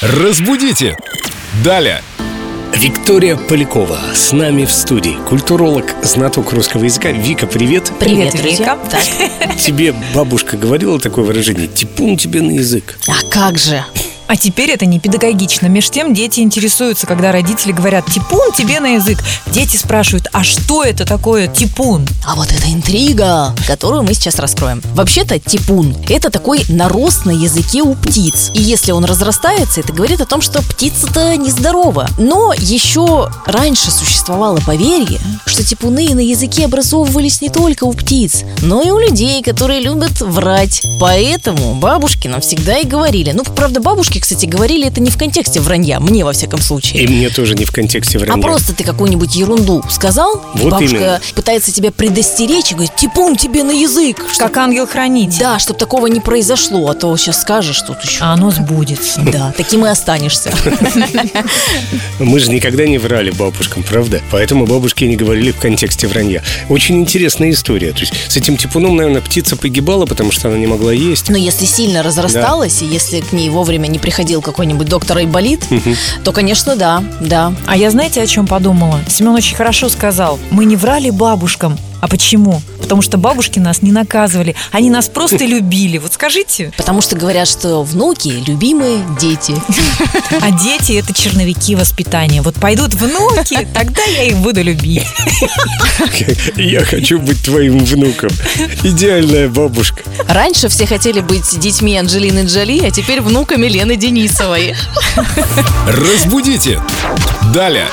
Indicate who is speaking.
Speaker 1: Разбудите! Далее!
Speaker 2: Виктория Полякова с нами в студии. Культуролог, знаток русского языка. Вика, привет.
Speaker 3: Привет,
Speaker 4: Привет,
Speaker 3: Вика.
Speaker 4: Так.
Speaker 2: Тебе бабушка говорила такое выражение «типун тебе на язык».
Speaker 4: А как же?
Speaker 3: А теперь это не педагогично. Меж тем дети интересуются, когда родители говорят «типун тебе на язык». Дети спрашивают, а что это такое типун?
Speaker 4: А вот это интрига, которую мы сейчас раскроем. Вообще-то типун – это такой нарост на языке у птиц. И если он разрастается, это говорит о том, что птица-то нездорова. Но еще раньше существовало поверье, что типуны на языке образовывались не только у птиц, но и у людей, которые любят врать. Поэтому бабушки нам всегда и говорили. Ну, правда, бабушки, кстати, говорили это не в контексте вранья, мне во всяком случае.
Speaker 2: И мне тоже не в контексте
Speaker 4: А
Speaker 2: вранья.
Speaker 4: просто ты какую-нибудь ерунду сказал, и
Speaker 2: Вот
Speaker 4: бабушка
Speaker 2: именно.
Speaker 4: пытается тебя предостеречь и говорит, типун тебе на язык. Чтоб-
Speaker 3: Как ангел-хранитель.
Speaker 4: Да, чтобы такого не произошло, а то сейчас скажешь тут еще.
Speaker 3: А оно сбудется.
Speaker 4: Да, таким и останешься.
Speaker 2: Мы же никогда не врали бабушкам, правда? Поэтому бабушки и не говорили в контексте вранья. Очень интересная история. То есть с этим типуном, наверное, птица погибала, потому что она не могла есть.
Speaker 4: Но если сильно разрасталась, и если к ней вовремя не приходил какой-нибудь доктор Айболит, то, конечно, да, да.
Speaker 3: А я знаете, о чем подумала? Семен очень хорошо сказал. Мы не врали бабушкам. А почему? Потому что бабушки нас не наказывали. Они нас просто любили. Вот скажите.
Speaker 4: Потому что говорят, что внуки – любимые дети.
Speaker 3: А дети – это черновики воспитания. Вот пойдут внуки, тогда я их буду любить.
Speaker 2: Я хочу быть твоим внуком. Идеальная бабушка.
Speaker 4: Раньше все хотели быть детьми Анджелины Джоли, а теперь внуками Лены Денисовой.
Speaker 1: Разбудите! Далее!